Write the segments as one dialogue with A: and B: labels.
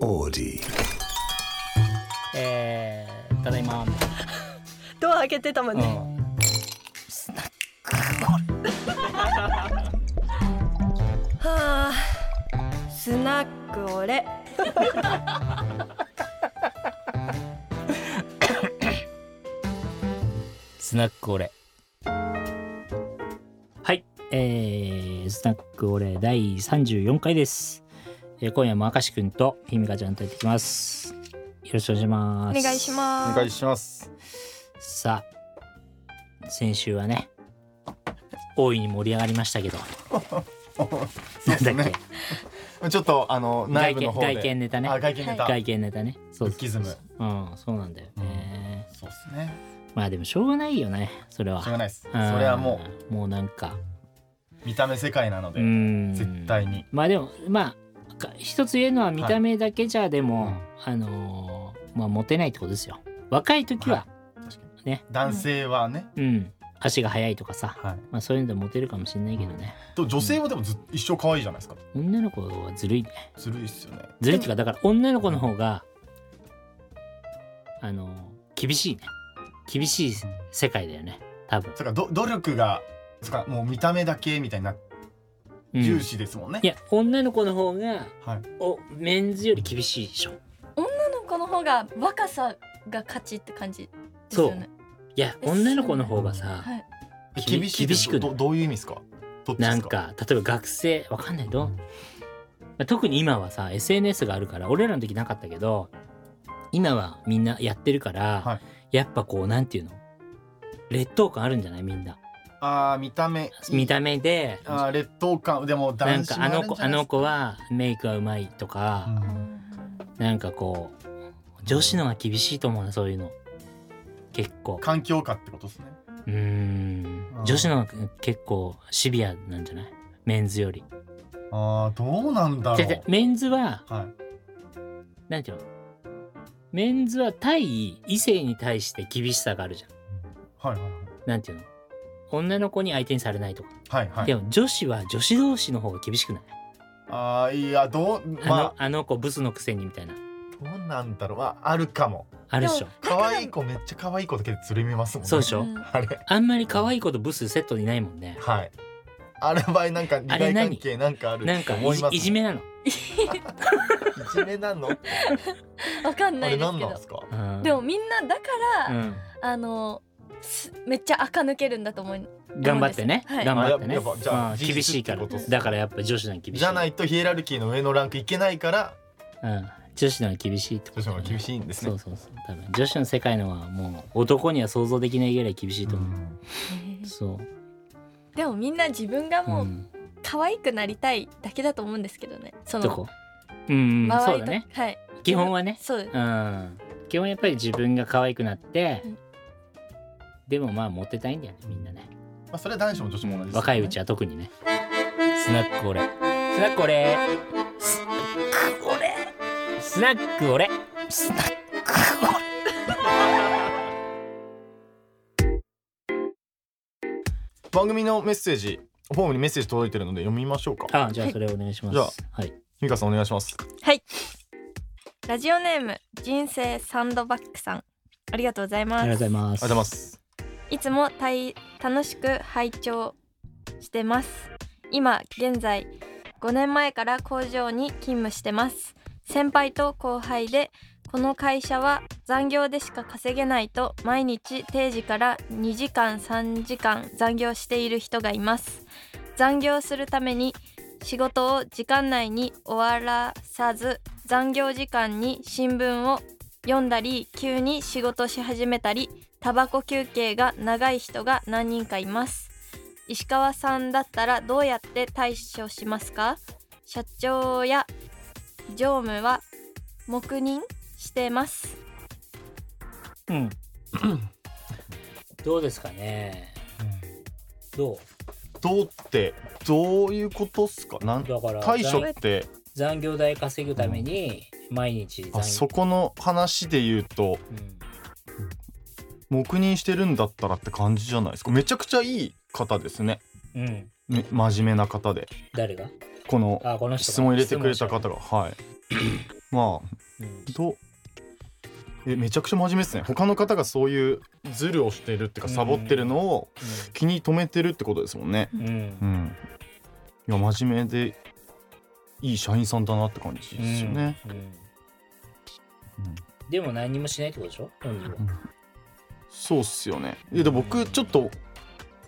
A: オーディ
B: えー、ただいま、
C: ドア開けてたもん
B: う
C: ね、
B: ん、
C: はあスナックオレ
B: スナックオレはいえー、スナックオレ第34回です、えー、今夜も明石くんとひみかちゃんとやっていきますよろしくお願いし
C: お
B: ます
C: 願いし
D: お
C: ま
D: 願い
C: す
D: します。
B: すさあ先週はね大いに盛り上がりました けどなんだっけ
D: ちょっとあの
B: 外
D: 内部の
B: 見
D: 方で
B: 外見ネタね
D: あ外見ネタ。
B: 外見ネタねそう
D: ルッキズム
B: うんそうなんだよね、
D: そうですね。
B: まあでもしょうがないよねそれは
D: しょうがないです。そ
B: うん
D: れはも
B: うもうなんか
D: う見た目世界なので、
B: ん
D: 絶対に。
B: まあでもまあか一つ言えるのは見た目だけじゃでも、
D: うん
B: あのーまあモテないってことですよ若い時は、ね
D: 男性はね、
B: うん足が速いとかさ、
D: はい。
B: まあ、そういうのでモテるかもしれないけどね、
D: と女性はでもずっ一生可愛いじゃないですか。
B: 女の子はずるいね
D: ずるいっすよね。
B: ずるいっていうかだから女の子の方があのー厳しいね厳しい世界だよね多分、
D: そっかど努力がそっかもう見た目だけみたいな
B: うん
D: 重視ですもんね
B: い。や女の子の方が
D: はい。
B: おメンズより厳しいでしょ
C: 女の子の方が若さが勝ちって感じですよね
B: いや
C: え
B: 女の子の方がさ、
C: はい
D: え
B: 厳
D: 厳しいで
B: 厳
D: す
B: しく
D: どどういう意味ですか。どっちで
B: な
D: す
B: ん
D: か。
B: か例えば学生わかんないどう、まあ特に今はさ SNS があるから俺らの時なかったけど今はみんなやってるから、
D: は
B: やっぱこうなんていうの劣等感あるんじゃないみんな
D: ああ見た目。
B: 見た目で
D: あー劣等感でも
B: なん
D: 男子
B: か
D: も
B: あ
D: る
B: の
D: んじ
B: 子
D: ゃ
B: あ
D: ない
B: の子はメイクはうまいとか、なんかこう女子のが厳しいと思うなそういうの結構
D: うん環境下ってことですね。
B: うーん
D: あー
B: 女子の方が結構シビアなんじゃないメンズより。
D: ああどうなんだ
B: じ
D: ろ
B: ゃじゃ
D: う。
B: メンズは
D: はい。
B: なんていうのメンズは対異性に対して厳しさがあるじゃん。
D: はいはい
B: なんていうの女の子に相手にされないとか。
D: はいはいはい
B: でも女子は女子同士の方が厳しくない
D: あーいやどう
B: あの,、
D: ま
B: あの子ブスのくせにみたいな。
D: あどうなんだろうまああるかも
B: あるでしょ。
D: 可愛い子めっちゃ可愛い子だけでつるみますもんね
B: そうでしょ、
C: うん
D: あれ
B: あんまり可愛い子とブスセットにいないもんね。
D: はいあれ場合なんか利
B: あれ
D: 害
B: 何
D: 関係なんかある
B: なん
D: と
B: か
D: 思
B: い
D: い
B: じ
D: ます
B: いじ
D: い
B: めなの。
D: じ めなのあ
C: わかんない
D: れ
C: です
D: 何
C: け
D: なん
C: ど
D: ですか
B: うん
C: でもみんなだから、
B: うん
C: あのすめっちゃ垢抜けるんだと思う
B: 頑張ってね、
C: 思うんですよ
B: 頑張って
D: はい
B: ね
D: やっぱじゃあ
B: うん
D: 事実
B: 厳しいから
D: ってことです
B: だからやっぱ女子の方が厳しい
D: じゃないとヒエラルキーの上のランクいけないから
B: うん、女子の方が厳しいってこと
D: 女子の方が厳
B: い
D: しいんです
B: そ
D: ね
B: うそうそう多分女子の世界のはもう男には想像できないぐらい厳しいと思う、そ
C: でもみんな自分が
B: う、う、
C: もうん可愛くなりたいだけだと思うんですけどねその
B: どこうん、うん、
C: 周
B: そう
C: り
B: だ
C: と
B: ね
C: はい
B: 基本はね
C: そうです
B: うん基本やっぱり自分が可愛くなって、
C: うん
B: でもまあモテたいんだよねみんなね
D: まあそれは男子も女子も同じです
B: 若いうちは特にねスナックオレスナックオレスナックオレスナックオレスナック
D: 番組のメッセージフォームにメッセージ届いてるので読みましょうか
B: あじゃあそれお願いします、
D: じゃ
B: は
D: あ
B: い、
D: ひみかさんお願いします
C: はいラジオネーム人生サンドバッグさんありがとうござい
B: あ
C: ま
B: りが
C: す
B: とうございま
D: ありがと
B: す
D: うございます
C: いつもたい楽しく拝聴してます今現在5年前から工場に勤務してます先輩と後輩でこの会社は残業でしか稼げないと毎日定時から2時間3時間残業している人がいます残業するために仕事を時間内に終わらさず残業時間に新聞を読んだり急に仕事し始めたりタバコ休憩が長い人が何人かいます石川さんだったらどうやって対処しますか社長や常務は黙認してます
B: うん。どうですかね。ど
D: どうってどういうことっすかなん
B: う。だから
D: 対
B: 残
D: 処って
B: 残業代稼ぐために毎日残
D: あそこの話で言うと
B: うん
D: 黙認してるんだったらって感じじゃないですかめちゃくちゃいい方ですね
B: うん。
D: ね真面目な方で
B: 誰が？
D: この
B: あこの人か。
D: 質問入れてくれた方がはいまあ
B: うん
D: どえめちゃくちゃ真面目ですね他の方がそういうズルをしてるっていうか
B: うん
D: サボってるのを気に留めてるってことですもんね
B: うんうん
D: うんいや真面目でいい社員さんだなって感じですよね、
B: うんうん
D: うん
B: でも何もしないってことでしょ本人は
D: そうっすよねでで僕ちょっと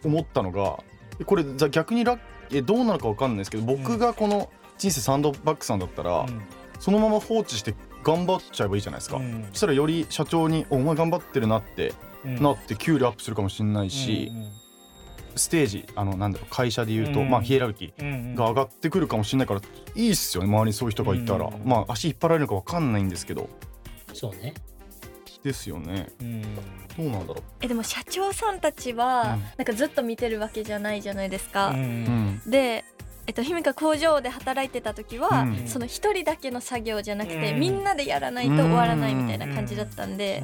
D: 思ったのがえこれじゃあ逆にラッえどうなのかわかんないですけど僕がこの人生サンドバッグさんだったら、そのまま放置して頑張っちゃえばいいじゃないですか、
B: うん
D: そしたらより社長に「おお前頑張ってるな」って
B: うん
D: なって給料アップするかもしれないし、ステージあのなんだろう会社で言うと、
B: うん
D: まあヒエラルキ
B: うんうんうん
D: ーが上がってくるかもしれないからいいっすよね周りにそういう人がいたら、
B: うん
D: まあ足引っ張られるのかわかんないんですけど
B: そうね
D: ですよね
B: うん
D: どうなんだろ
C: えでも社長さんたちは、
D: うん
C: なんかずっと見てるわけじゃないじゃないですか。
D: う、うん
C: でえっと、ひみか工場で働いてた時は、
D: うん
C: その一人だけの作業じゃなくて、
B: うん
C: みんなでやらないと終わらないみたいな感じだったんで、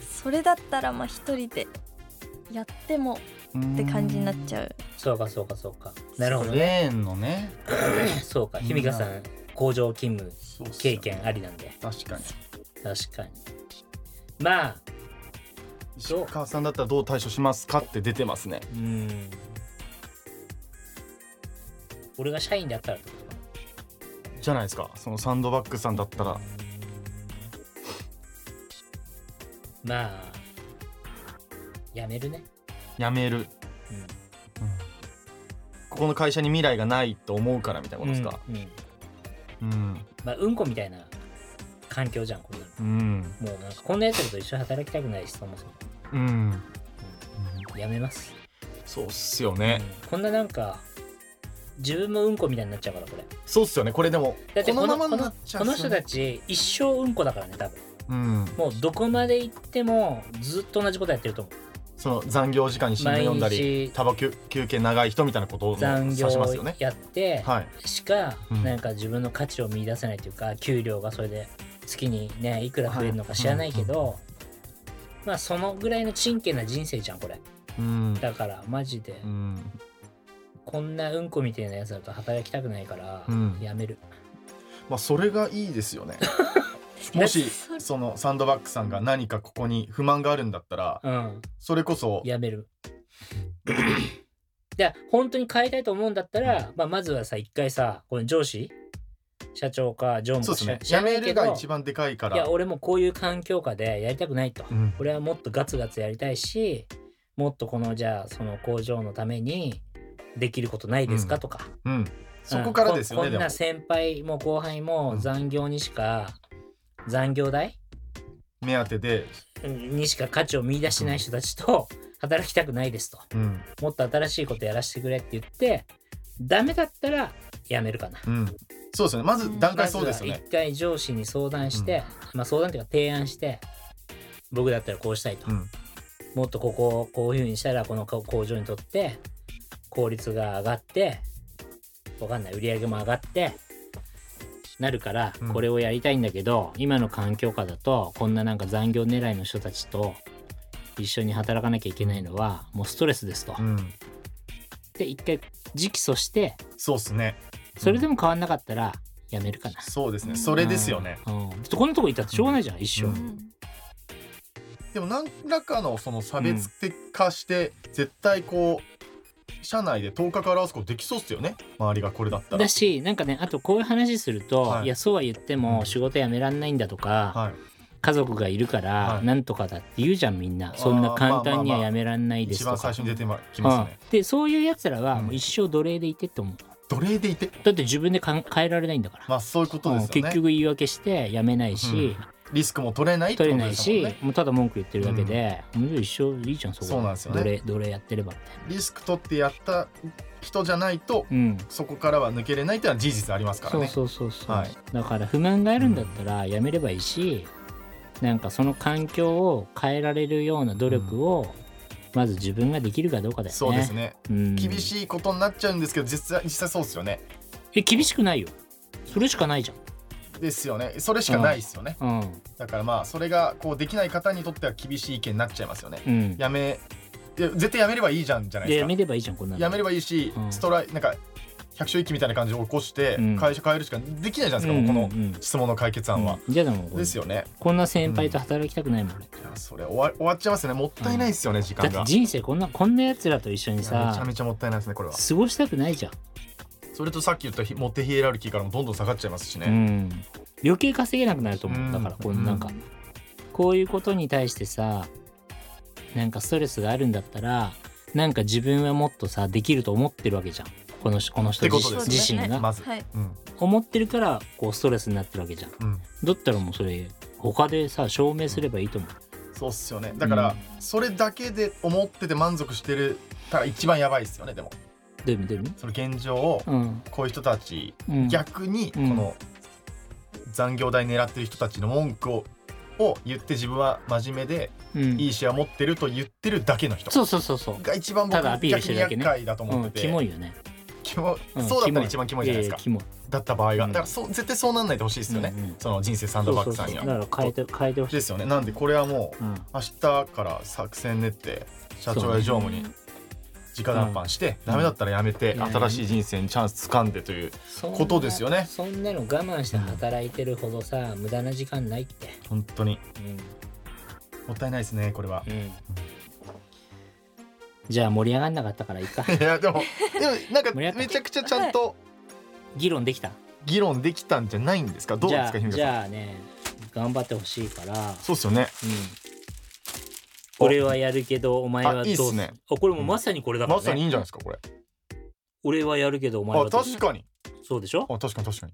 C: それだったらまあ一人でやってもって感じになっちゃう。
B: そうかそうかそうかなるほどね
D: レーンのね
B: そうかひみかさん工場勤務経験あ
D: り
B: りなんで
D: 確かに
B: 確かにまあ
D: 石川さんだったらどう対処しますかって出てますね
B: うん俺が社員だったらってことか
D: じゃないですかそのサンドバッグさんだったら
B: まあやめるね、
D: 辞める、
B: うん
D: ここの会社に未来がないと思うからみたいなことですか
B: うんうん
D: うん
B: まあ、うんこみたいな環境じゃんこんな
D: うん
B: のもうなんかこんなやつらと一緒に働きたくないしそもそも、
D: うん、
B: うん、やめます、
D: そうっすよ
B: う
D: ね、
B: ん、こんななんか自分もうんこみたいになっちゃうからこれ
D: そうっすよねこれでも
B: だってこの
D: この
B: こ
D: ままにな
B: の
D: っちゃ
B: こ
D: う
B: の
D: っす
B: 人
D: よ
B: た
D: ね
B: ち一生うんこだからね多分
D: うん
B: もうどこまで行ってもずっと同じことやってると思う
D: その残業時間に新聞読んだ
B: 毎
D: り
B: 日
D: タバコ休憩長い人みたいなことを
B: 残
D: 指し
B: 業
D: ますよね
B: やって
D: はい
B: しか
D: うん
B: なんか自分の価値を見出せないというか給料がそれで月にねいくら増えるのか知らないけどまあそのぐらいの真剣な人生じゃんこれ
D: うん
B: だからマジで
D: うん
B: こんなうんこみたいなやつだと働きたくないから
D: うん
B: やめる
D: まあそれがいいですよね もしそのサンドバッグさんが何かここに不満があるんだったら
B: うん
D: それこそ
B: やめる いや本当に変えたいと思うんだったらまあまずはさ一回さこの上司社長か常務
D: そう
B: か
D: です
B: 知ら
D: ね
B: 知らな
D: やめ
B: いけ
D: る
B: ど
D: が一番でかいか
B: いや
D: ら
B: 俺もこういう環境下でやりたくないと、
D: うん
B: 俺はもっとガツガツやりたいしもっとこのじゃあその工場のためにできることないですかとか、
D: うんそこからですよ
B: う
D: ね
B: ん
D: で
B: こん
D: も
B: な先輩も後輩も
D: うん
B: 残業にしか、残業代
D: 目当てで
B: うんにしか価値を見出してない人たちと働きたくないですと
D: うん
B: もっと新しいことやらせてくれって言ってダメだったらやめるかな
D: うんそうですよねまず段階そうですよ
B: まず
D: ね
B: は一回上司に相談して、まあ相談というか提案して僕だったらこうしたいと、
D: うん
B: もっとここをこういうふうにしたらこの工場にとって効率が上がってわかんない売り上げも上がってなるから
D: うん
B: これをやりたいんだけど、今の環境下だとこんななんか残業狙いの人たちと一緒に働かなきゃいけないのはもうストレスですと。
D: うん
B: で一回直訴して
D: そうですね
B: それでも変わんなかったらやめるかな。
D: そうですねそれですよね
B: うん。うん、ちょっとこんなとこいたってしょうがないじゃん、一生
D: う。でも何らかのその差別化して絶対こう社内で頭角を表すことできそうっすよね周りがこれだったら
B: だしなんかねあとこういう話すると、、
D: はいい
B: やそうは言って
D: う
B: も
D: ん
B: 仕事辞めらんないんだとか、
D: はい
B: 家族がいるから
D: はい
B: なんとかだって言うじゃんみんな、そんな簡単にはやめらんないです
D: 一
B: とか、
D: 番最初に出てき
B: う
D: ま
B: ん
D: すね
B: でそういうやつらは
D: うん
B: もう一生奴隷でいてって思う、
D: 奴隷でいて
B: だって自分でかん変えられないんだから、
D: まあそういうことで
B: うん
D: すよ
B: 結
D: ね
B: 局言い訳してやめないし、
D: リスクも取れないって
B: 取
D: こ
B: れ
D: と
B: ない
D: です
B: し
D: もん
B: も,、
D: ね
B: うただ文句言ってるだけで、もう一生いいじゃんそこ
D: そうなんですよね
B: 奴隷奴隷やってればみたいな
D: リスク取ってやった人じゃないと
B: うん
D: そこからは抜けれないっていうのは事実ありますから
B: そう
D: ね
B: そうそうそう、
D: はい
B: だから不満があるんだったらやめればいいし、なんかその環境を変えられるような努力をまず自分ができるかどうかだよね。
D: そうですね
B: うん
D: 厳しいことになっちゃうんですけど実際実際そうですよね
B: え厳しくないよそれしかないじ
D: ですよねそれしかないですよね
B: ゃん。うん
D: だからまあそれがこうできない方にとっては厳しい意見になっちゃいますよね
B: うん、
D: やめいや絶対やめればいいじゃんじゃない
B: で
D: です
B: や
D: か
B: めればいいじゃんこんなの
D: やめればいいし、
B: うん
D: ストライなんか百姓一揆みたいな感じを起こして
B: うん
D: 会社変えるしかできないじゃないですか、
B: うん
D: もうこ
B: うんうん
D: の質問の解決案は。
B: うんじゃあでも
D: ですよね。
B: こんな先輩と働きたくないもん俺
D: いやそれ終わ終わっちゃいますねもったいないですよね、時間
B: だっ
D: が。
B: て
D: い
B: 人生こんなこんなやつらと一緒に
D: やめちゃ
B: さ
D: めちゃもったいないですねこれは。
B: 過ごしたくないじゃん、
D: それとさっき言ったひモテヒエラルキーからもどんどん下がっちゃいますし
B: う
D: ね。
B: ん、余計稼げなくなると思う、
D: うん
B: だからこのなんか、こういうことに対してさなんかストレスがあるんだったらなんか自分はもっとさできると思ってるわけじゃんこの人この人
D: ってこと
B: 自,、
D: ですね
B: 自身が、
D: まず
C: はい
D: うん
B: 思ってるからこうストレスになってるわけじゃん
D: うん
B: だったらもうそれ他でさ証明すればいいと思う
D: そうっすよねだから、それだけで思ってて満足してるから一番やばいっすよねでも
B: どういう意味どういう意味
D: その現状を
B: うん
D: こういう人たち、
B: うん
D: 逆にこ
B: うん
D: の残業代狙ってる人たちの文句をを言って自分は真面目で
B: うん
D: いい視野持ってると言ってるだけの人
B: そうそうそうそう
D: が一番僕
B: ただアピールし
D: 逆
B: て
D: に
B: るだけ
D: 厄
B: ね
D: 介だと思
B: う
D: っ
B: ん
D: て
B: キ
D: て、
B: モいよね、
D: キモ
B: うん
D: そうだったら一番キモいじゃないですか
B: ややキモい
D: だった場合が
B: うん
D: だからそう絶対そうなんないでほしいですよね、
B: うんうん
D: その人生サンドバッグさんに
B: だ
D: は
B: から変えて変えてほしい、
D: ですよねなんでこれはもう
B: うん
D: 明日から作戦練って社長や常務に直談判して、
B: うん
D: ダメだったらやめて、
B: うん
D: 新しい人生にチャンス掴んでという
B: そんな
D: ことですよね
B: そんなの我慢して働いてるほどさ無駄な時間ないって
D: 本当に
B: う
D: もったいないですねこれは
B: ん、うん、じゃあ盛り上がんなかったからいい か
D: いやでもでもなんか
B: 盛り上がった
D: めちゃくちゃちゃんと
B: 議論できた
D: 議論できたんじゃないんですかどうですか
B: じゃ
D: ひ
B: あ
D: みか
B: じ
D: さん
B: ゃあね頑張ってほしいから
D: そうですよね
B: うん俺はやるけどお前はどうす
D: あいいっすね
B: あこれもまさにこれだから
D: ま
B: ね、
D: さにいいんじゃないですかこれ
B: 俺はやるけどお前は
D: あ
B: どうす
D: 確かに
B: そうでしょ
D: あ確かに確かに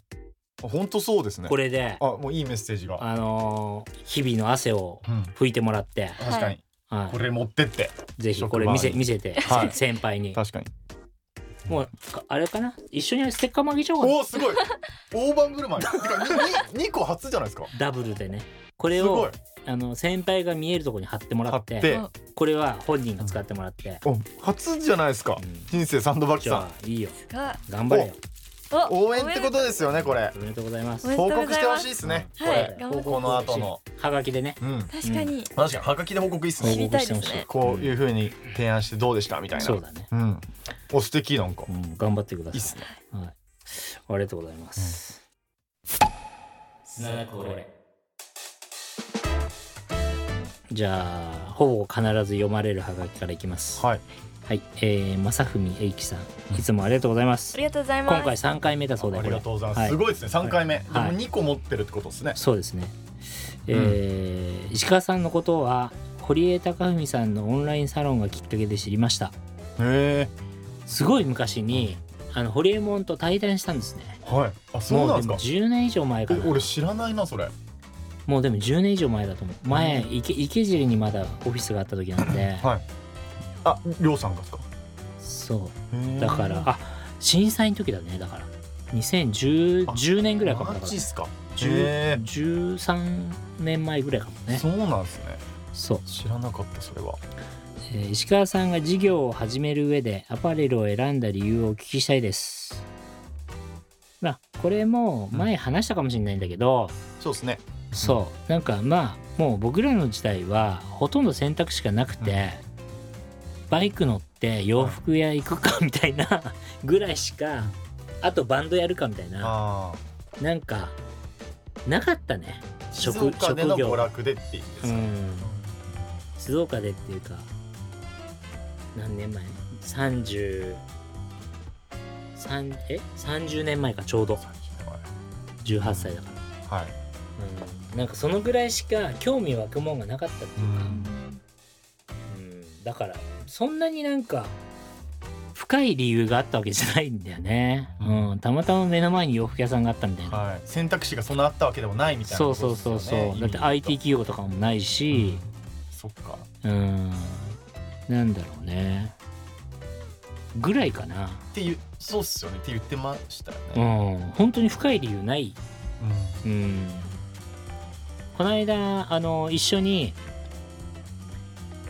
D: あ本当そうですね
B: これで
D: あもういいメッセージが
B: あのー日々の汗を
D: うん
B: 拭いてもらって、
D: 確かに、
C: は
B: は
D: これ持ってって
B: い、ぜひこれ見せ
D: 職場に
B: 見せて、
D: はい
B: 先輩に
D: 確かに
B: もうかあれかな一緒にステッカーもあげちゃおうかな
D: おおすごい大盤振る舞いてか2個初じゃないですか
B: ダブルでねこれ
D: すご
B: を
D: い
B: あの先輩が見えるところに貼ってもら
D: 買っ
B: って
D: て
B: これは本人が使ってもらって、
D: お初じゃないですか、
B: うん
D: 人生サンドバッグ
B: じ
D: さ
B: ゃ
D: ん
B: あいいよ
C: が
B: 頑張れよ
C: お
D: 応援ってことですよねこれ
B: おめでとうございます
C: おめでとう
D: 報告してほしいですね、
B: うん
D: こ
C: はい
D: れ
C: 頑張
D: 高
C: って
D: 校の後の
B: はがきでね
D: うん
C: 確かに、
D: 確かにはがきで報告いいっす
C: 知
D: ね
C: りたいですね
D: こういうふうに提案してどうでしたみたいな
B: そうだね、
D: うんお素敵なんか
B: うん、頑張ってくだ
D: いいっ
B: さ
D: すね
B: い、はい、ありがとうございます、じゃあほぼ必ず読まれるはがきからいきます
D: はい
B: はい、えー、正文英樹さんいつもありがとうございます
C: ありがとうございます
B: 今回3回目だそうで
D: あ
B: こ
D: り
B: れ
D: がとうございます、
B: はい
D: すごいですね三回目、で
B: は
D: も
B: い
D: 二個持ってるってことですね
B: そうですね、えー石川さんのことは堀江貴文さんのオンラインサロンがきっかけで知りました
D: へえ
B: すごい昔にあの堀江門と対談したんですね
D: はいあそうなん
B: も
D: ですか
B: でも10年以上前かな
D: え俺知らないなそれ
B: もうでも10年以上前だと思う前、池池尻にまだオフィスがあった時なんで、
D: はいありょうさんがですか
B: そ
D: へー
B: うだからあ震災の時だねだから2010 10年ぐらいかもだ
D: マ
B: から
D: ジっすかへ
B: 10 13年前ぐらいかもね
D: そうなんですね
B: そう
D: 知らなかったそれは
B: えー石川さんが事業を始める上でアパレルを選んだ理由をお聞きしたいです。まあこれも前話したかもしれないんだけど、
D: そうですね
B: そうなんかまあもう僕らの時代はほとんど選択肢がなくて、バイク乗って洋服屋行くかみたいな ぐらいしかあとバンドやるかみたいな
D: ああ
B: なんかなかったね
D: 静
B: 職
D: 岡
B: 職
D: での
B: 業が。
D: 娯楽でっていうん
B: う
D: ですか、
B: ん静岡でっていうか何年前 ?30 3え30年前かちょうど18歳だから、
D: はい、
B: うん、なんかそのぐらいしか興味湧くもんがなかったっていうか、うんだからそんなになんか深い理由があったわけじゃないんだよね、うんたまたま目の前に洋服屋さんがあったみたいな、
D: はい、選択肢がそんなあったわけでもないみたいな
B: そ
D: こ
B: うそ
D: と
B: う
D: です
B: そ
D: よね、
B: うそう、だって
D: 意味で
B: IT
D: 言う
B: 企業
D: と
B: とかもないし、
D: そっか
B: うん、なんだろうねぐらいかな
D: っていうそうっすよねって言ってましたよ
B: う
D: ね、
B: ん本当に深い理由ないうんこの間あの一緒に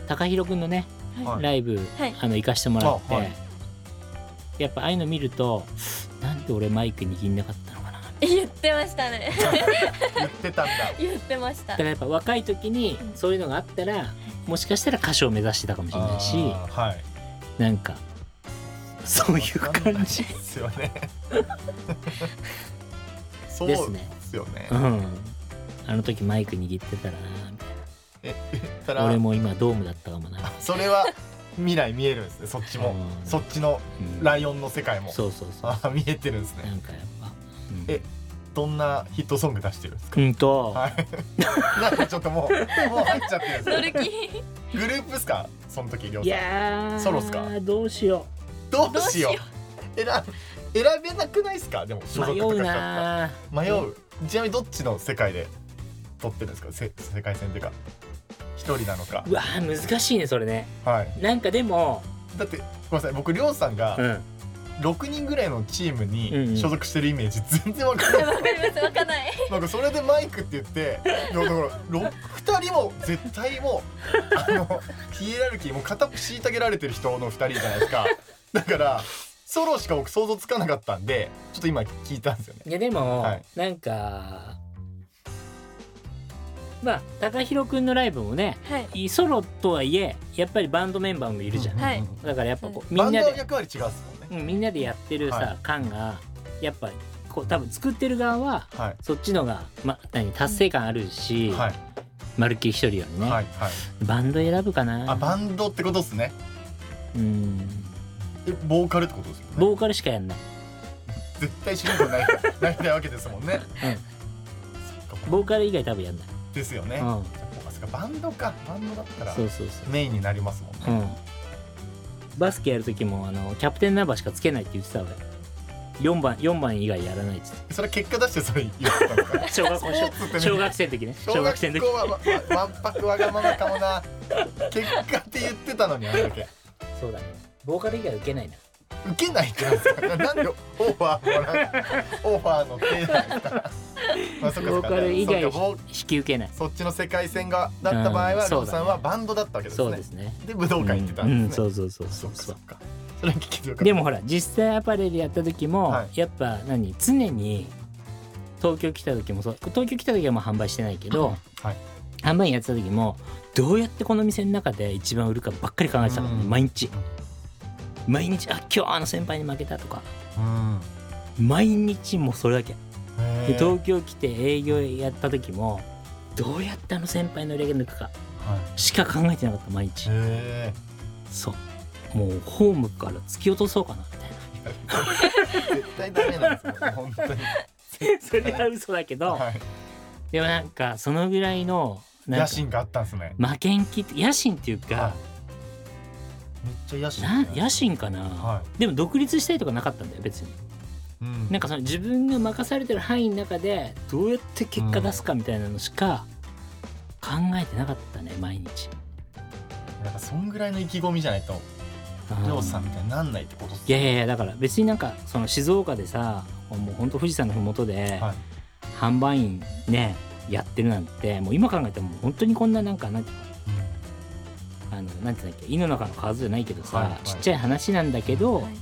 B: t ろくんのね
D: うんはい、
B: ライブ、
C: はい
B: あの行かしてもらって、
D: あはい
B: やっぱああいうの見るとなんで俺マイク握んなかったのかなだか
C: 言ってましたね
D: 言ってたんだ
C: 言ってました
B: らやっぱ若い時に
C: うん
B: そういうのがあったらもしかしたら歌手を目指してたかもしれないし
D: あーはい
B: なんかそういう感じ
D: ですよ ねそう
B: ですね
D: ですよね
B: うんあの時マイク握ってたらなみたい
D: た
B: な
D: ら
B: 俺も今ドームだったかもな、
D: それは未来見えるんですねそっちも
B: うん
D: そっちの
B: うん
D: ライオンの世界も
B: そうそうそう
D: あー見えてるんです
B: な
D: ね
B: んかやっぱ、うん、
D: えどんなヒットソング出してるんですか
B: うんと、
D: はいなんかちょっともうもう 入っちゃってるんです
C: 乗
D: ね
C: る気
D: グループですかその時りょう
B: い
D: さん
B: やー
D: ソロっすか
B: どうしよ
D: どう
C: どう
D: し
C: し
D: よ
C: よ
D: う選選べなくないですかでも
B: う
D: 所属
B: 迷
D: とか
B: う
D: しちゃっ
B: な
D: た迷うちなみにどっちの世界で撮ってるんですかせ世界線っていうか一人なのか
B: うわー難しいねそれね
D: はい
B: なんかでも、
D: だってごめんなさい僕りょうさん
B: う
D: が
B: ん、
D: 6人ぐらいのチーム
B: うんう
D: に
B: ん
D: 所属してるイメージ全然わかんない、
C: わかりますわかんない
D: なんかそれでマイクって言っていやだからろ2人も絶対もうあのヒエラルキーもう片っぽ虐げられてる人の2人じゃないですかだからソロしか僕想像つかなかったんでちょっと今聞いたんですよね
B: いやでも、
D: はい
B: なんかまあ高弘君のライブもね
C: はい
B: いソロとはいえやっぱりバンドメンバーもいるじゃん、
C: んはい
B: だからやっぱこうみ
D: バ
B: ん
D: ンド
B: な
D: は
B: で、
D: 役割違うっすもんね。
B: うんみんなでやってるさ、
D: はい
B: 感がやっぱこう多分作ってる側は
D: はい。
B: そっちのが、ま、何達成感あるし、
D: はい。
B: まるっきり一人よりね、
D: はい。はい。
B: バンド選ぶかな
D: あ、バンドってことですね。
B: うん
D: え、ボーカルってことですよね。
B: ボーカルしかやんない
D: 絶対主人公ない、ないないわけですもんね。そっか
B: ボーカル以外多分やんない、
D: ですよね。
B: うん、
D: あ、そっか、バンドか、バンドだったら
B: そ。うそうそう
D: メインになりますもん
B: う
D: ね。
B: ん、バスケやる時もあのキャプテンナンバーしかつけないって言ってた俺4番四番以外やらないっつって
D: それ結果出して、それ言ったのか。
B: 小学校
D: スポーツってね
B: 小学生の時ね小学生の時
D: 小学校はわ、わんぱくわがままかもな。結果って言ってたのに、あれだけ。
B: そうだねボーカル以外受けないな
D: 受けないってなんですか。なんでオファーもらう。オファーの手なんですか。まあ、そっか
B: ボ
D: そっ
B: ー
D: か。
B: カル以外
D: そ
B: 引
D: っかボー
B: き受けない
D: そっちの世界線がだった場合
B: う
D: は、
B: んそ
D: ロ
B: うだね
D: ンさんはバンドだったわけです
B: そう
D: ね
B: で。すね
D: で武道館行ってたんですね。
B: うん、そうそうそうそ
D: そうっか
B: そ
D: そうっか。それは聞きづらかった
B: でもほら実際アパレルやった時も、
D: は
B: やっぱ何常に東京来た時もそう東京来た時はもう販売してないけど、
D: はい
B: 販売員やってた時もどうやってこの店の中で一番売るかばっかり考えてたから、
D: うん
B: 毎日毎日あ今日あの先輩に負けたとか
D: うん。
B: 毎日もうそれだけ、
D: へ
B: で
D: ー
B: 東京来て営業やった時もどうやってあの先輩の売り上げ抜くか
D: はい。
B: しか考えてなかった毎日、
D: へ
B: そうもうホームから突き落とそうかなみたいな
D: ー絶対ダメなんですよ。本当に。
B: それは嘘だけど、
D: はい。
B: でもなんかそのぐらいのなん
D: 野
B: か
D: 心があったんですね。
B: 負けん気って野心っていう
D: は
B: か、
D: いめっちゃ野心。
B: な野心かな、
D: は
B: でも独立したいとかなかったんだよ別に
D: い。うん
B: なんかその自分が任されてる範囲の中でどうやって結果出すかみたいなのしか考えてなかったね毎日
D: なんかそんぐらいの意気込みじゃないと、りょうさんみたいになんないってことっす
B: いやいやいやだから別になんかその静岡でさもうほんと富士山の麓で
D: はい
B: 販売員ねやってるなんてもう今考えても本当にこんななんかなんてあのなんていうんだっけ井の中の蛙じゃないけどさ、
D: はいはい
B: ちっちゃい話なんだけど、
C: はい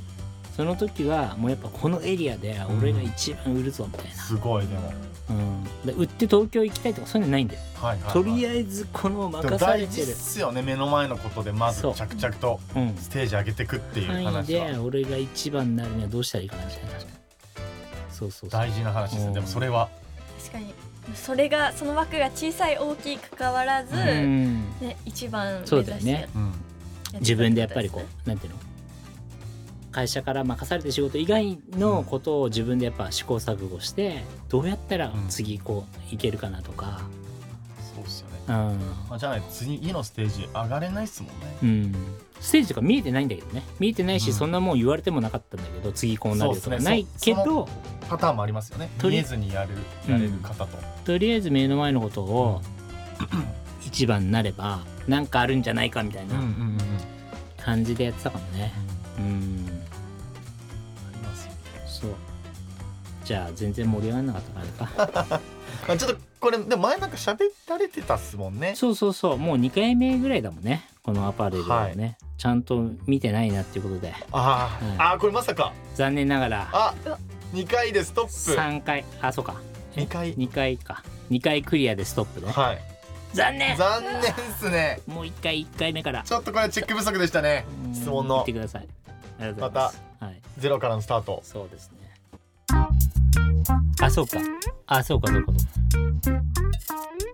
B: その時はもうやっぱこのエリアで俺が一番売るぞみたい
D: すごいでも。
B: な、うんで売って東京行きたいとかそういうのないんだよ、
D: はいはいはい。
B: とりあえずこの
D: でも
B: 任され
D: 大事
B: て
D: っ
B: る、
D: すよね。目の前のことでまず
B: そう
D: 着々と
B: うん、
D: ステージ上げてくっていう話は。
B: 範囲で俺が一番になるにはどうしたらいいかなみたいなそうそうそう
D: 大事な話です
B: う
D: ね
B: ん
D: でもそれは
C: 確かにそれがその枠が小さい大きい関わらず、
B: うん
C: ね、一番目指して
B: そうだよね
C: やってた
B: 自分でやっぱりこ
C: て
B: うなんていうの会社から任されて仕事以外のことを自分でやっぱ試行錯誤してどうやったら次こういけるかなとか、
D: そうっすよね
B: うん
D: まあじゃない次のステージ上がれないっすもんね
B: うん、ステージとか見えてないんだけどね見えてないし、
D: うん
B: そんなもん言われてもなかったんだけど次こうなるよと
D: そうっ
B: か
D: すね
B: ないけ
D: そ
B: ど、
D: パターンもありますよね
B: とり
D: 見えずにやるやれる方と、
B: とりあえず目の前のことを一番になればなんかあるんじゃないかみたい
D: うん、うん
B: な
D: うんうん
B: 感じでやってたかもね。うん
D: ありますよ
B: そうじゃあ全然盛り上がらなかったからあれか
D: あちょっとこれでも前なんか喋られてたっすもんね
B: そうそうそうもう2回目ぐらいだもんねこのアパレルをね、
D: はい
B: ちゃんと見てないなっていうことで
D: あー、
B: はい
D: あーこれまさか
B: 残念ながら
D: あ
C: うわ
D: 二回でストップ
B: 3回あそうか
D: 二回
B: 2回か2回クリアでストップね
D: はい
B: 残念
D: 残念っすね
B: もう一回一回目から
D: ちょっとこれチェック不足でしたね質問
B: 言
D: の
B: ってください。ありがとう
D: ま
B: ございま
D: た
B: す。
D: ゼロからのスタート
B: そうですねあそうかあそうかそうかそうか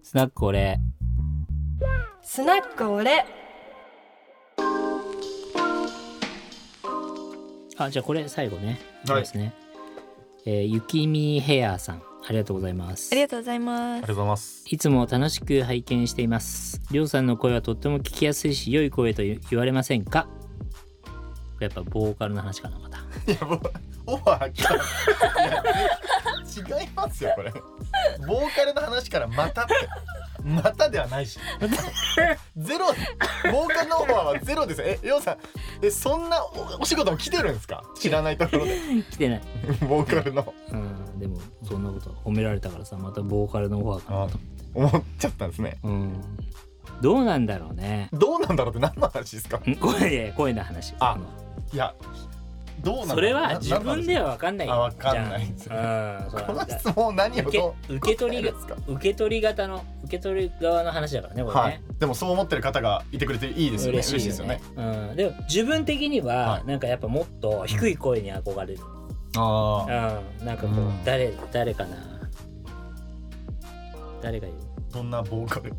B: スナック俺
C: スナック俺
B: あじゃあこれ最後ねいき
D: はい
B: ますね、えーゆきみヘアさんありがとうございます
C: ありがとうございま
D: あり
C: す
D: がとうございます
B: いつも楽しく拝見しています。りょうさんの声はとっても聞きやすいし、良い声と言言われませんかやっぱボーカルの話かな、また。
D: いやもうオファー来たいや違いますよこれボーカルの話からまたってまたではないしゼロボーカルのオファーはゼロですよえりょうさんえそんなおお仕事も来てるんですか知らないところで
B: 来てない。
D: ボーカルの
B: うん、でも、そんなこと褒められたからさ、またボーカルのオファーかなと。
D: 思っちゃったんですね
B: うん。どうなんだろうね。
D: どうなんだろうって何の話ですか
B: ん声で、声の話。
D: あ
B: の
D: いやどうなんだろう
B: それは
D: な
B: 自分では分かんない
D: あ分かんないです
B: じゃあうん、そう
D: こ
B: な
D: の
B: んだ
D: 質問何を
B: 受け
D: どう
B: 受け取りが
D: 答えるんですか
B: 受け取り型の、受け取り側の話だからね、これね。
D: はいでもそう思ってる方がいてくれていいですよね嬉しいですよね。
B: うん、でも自分的には、
D: はい
B: なんかやっぱもっと低い声に憧れる。
D: あ
B: う
D: あ
B: ん、なんかこう、
D: うん
B: 誰誰かな。誰がいる？
D: どんなボーカル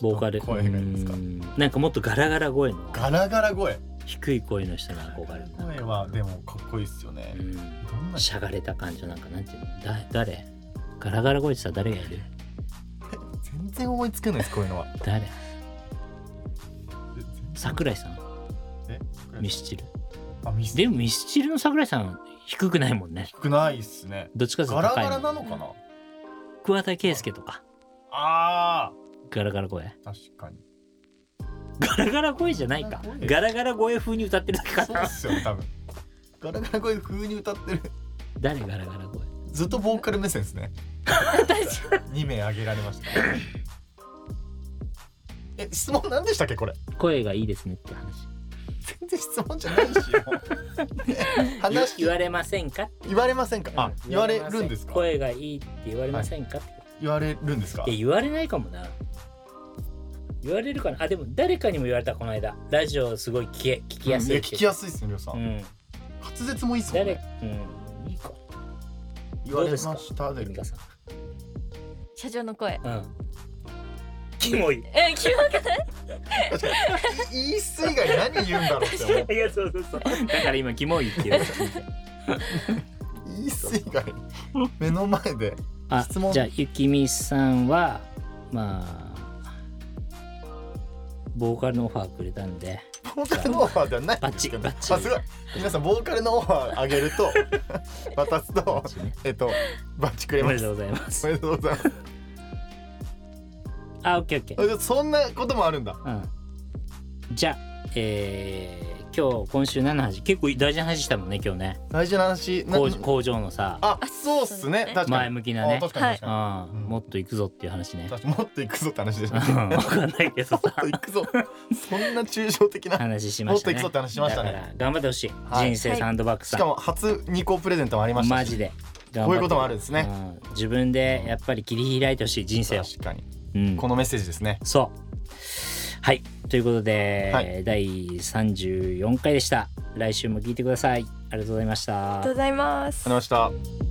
B: ボーカル。
D: 声がいいですか
B: うんなんかもっとガラガラ声の
D: ガラガラ声
B: 低い声の人に憧れる。
D: 声はでもかっこいいですよね
B: うん
D: どんな
B: しゃがれた感じのなんかなんていうの？だ誰？ガラガラ声ってさ誰がいる？
D: 全然思いつかないですこういうのは
B: 誰？桜井さん？
D: え
B: ミスチル。
D: あミス
B: でもミスチルの桜井さん低くないもんね。
D: 低くないっすね
B: どっちかというと
D: ガラ
B: 高い
D: ガ
B: もん
D: ラなのかな
B: 桑田佳祐とか
D: あ
B: ガラガラ声。
D: ー確かに
B: ガラガラ声じゃないか。ガラガラ声風に歌ってるだけか
D: そうっ
B: な。
D: すよね多分ガラガラ声風に歌ってる
B: 誰ガラガラ声。
D: ずっとボーカル目線ですね2名挙げられましたえ質問何でしたっけこれ
B: 声がいいですねって話。
D: 全然質問じゃないし よ話
B: 言われませんか。
D: 言われませんかあ
B: うん
D: 言われるんですか
B: 声がいいって言われませんか。
D: 言われるんですか
B: いや言われないかもな。言われるかな。あでも誰かにも言われたこの間。ラジオすごい聞け聞きやす
D: うん
B: い
D: や
B: っ
D: 聞
B: て。
D: きやすいですねりょうさん、
B: うん。
D: 滑舌もいいっすもん
B: 誰
D: ね
B: うんいいか。
D: 言われまし
B: どうで
D: たで
B: 美香さ
C: 社長の声
B: ん。うん。キモ い。
C: えキモくない
D: 言い す以外何言うんだろうって思う
B: いやそうそうそう。だから今キモいって言う。
D: 言いす以外目の前で
B: あ
D: 質問
B: じゃあゆきみさんはまあボーカルのオファーくれたんで
D: ボーカルのオファーではないんですけど
B: バ
D: あ
B: ッチ
D: す
B: リ
D: ごい皆さんボーカルのオファーあげる と渡すとえっとバッチくれ
B: おめ
D: ま
B: ですとうございます
D: おめでとうございます
B: あオッケーオッケ
D: あ
B: ー
D: でもそんなこともあるんだ
B: うんじゃあえー今日今週何の話結構大事な話したもんね今日ね
D: 大事な話な
B: 工工場のさ
D: あそうっすね確か
B: 前
D: に
B: 向きな
D: あ
B: ね
D: 確かに確
B: う
D: か
B: ん
D: にうん
B: もっと行くぞっていう話ね
D: 確かにもっと行くぞって話でし
B: うん
D: た
B: わかんないけど
D: も
B: さ
D: っと行くぞそんな抽象的な
B: 話しましたね
D: もっと行くぞって話しましたね
B: だから頑張ってほしい
D: はい
B: 人生サンドバッグ
D: し
B: さん
D: かも初二個プレゼントもありましたし
B: マジで頑張って
D: こういうこともあるんですね
B: うん自分でやっぱり切り開いてほしい人生を、
D: 確かに
B: うん
D: このメッセージですね
B: そうはいということで、
D: はい
B: 第34回でした来週も聞いてくださいありがとうございました
C: ありがとうございます
D: ありがとうございました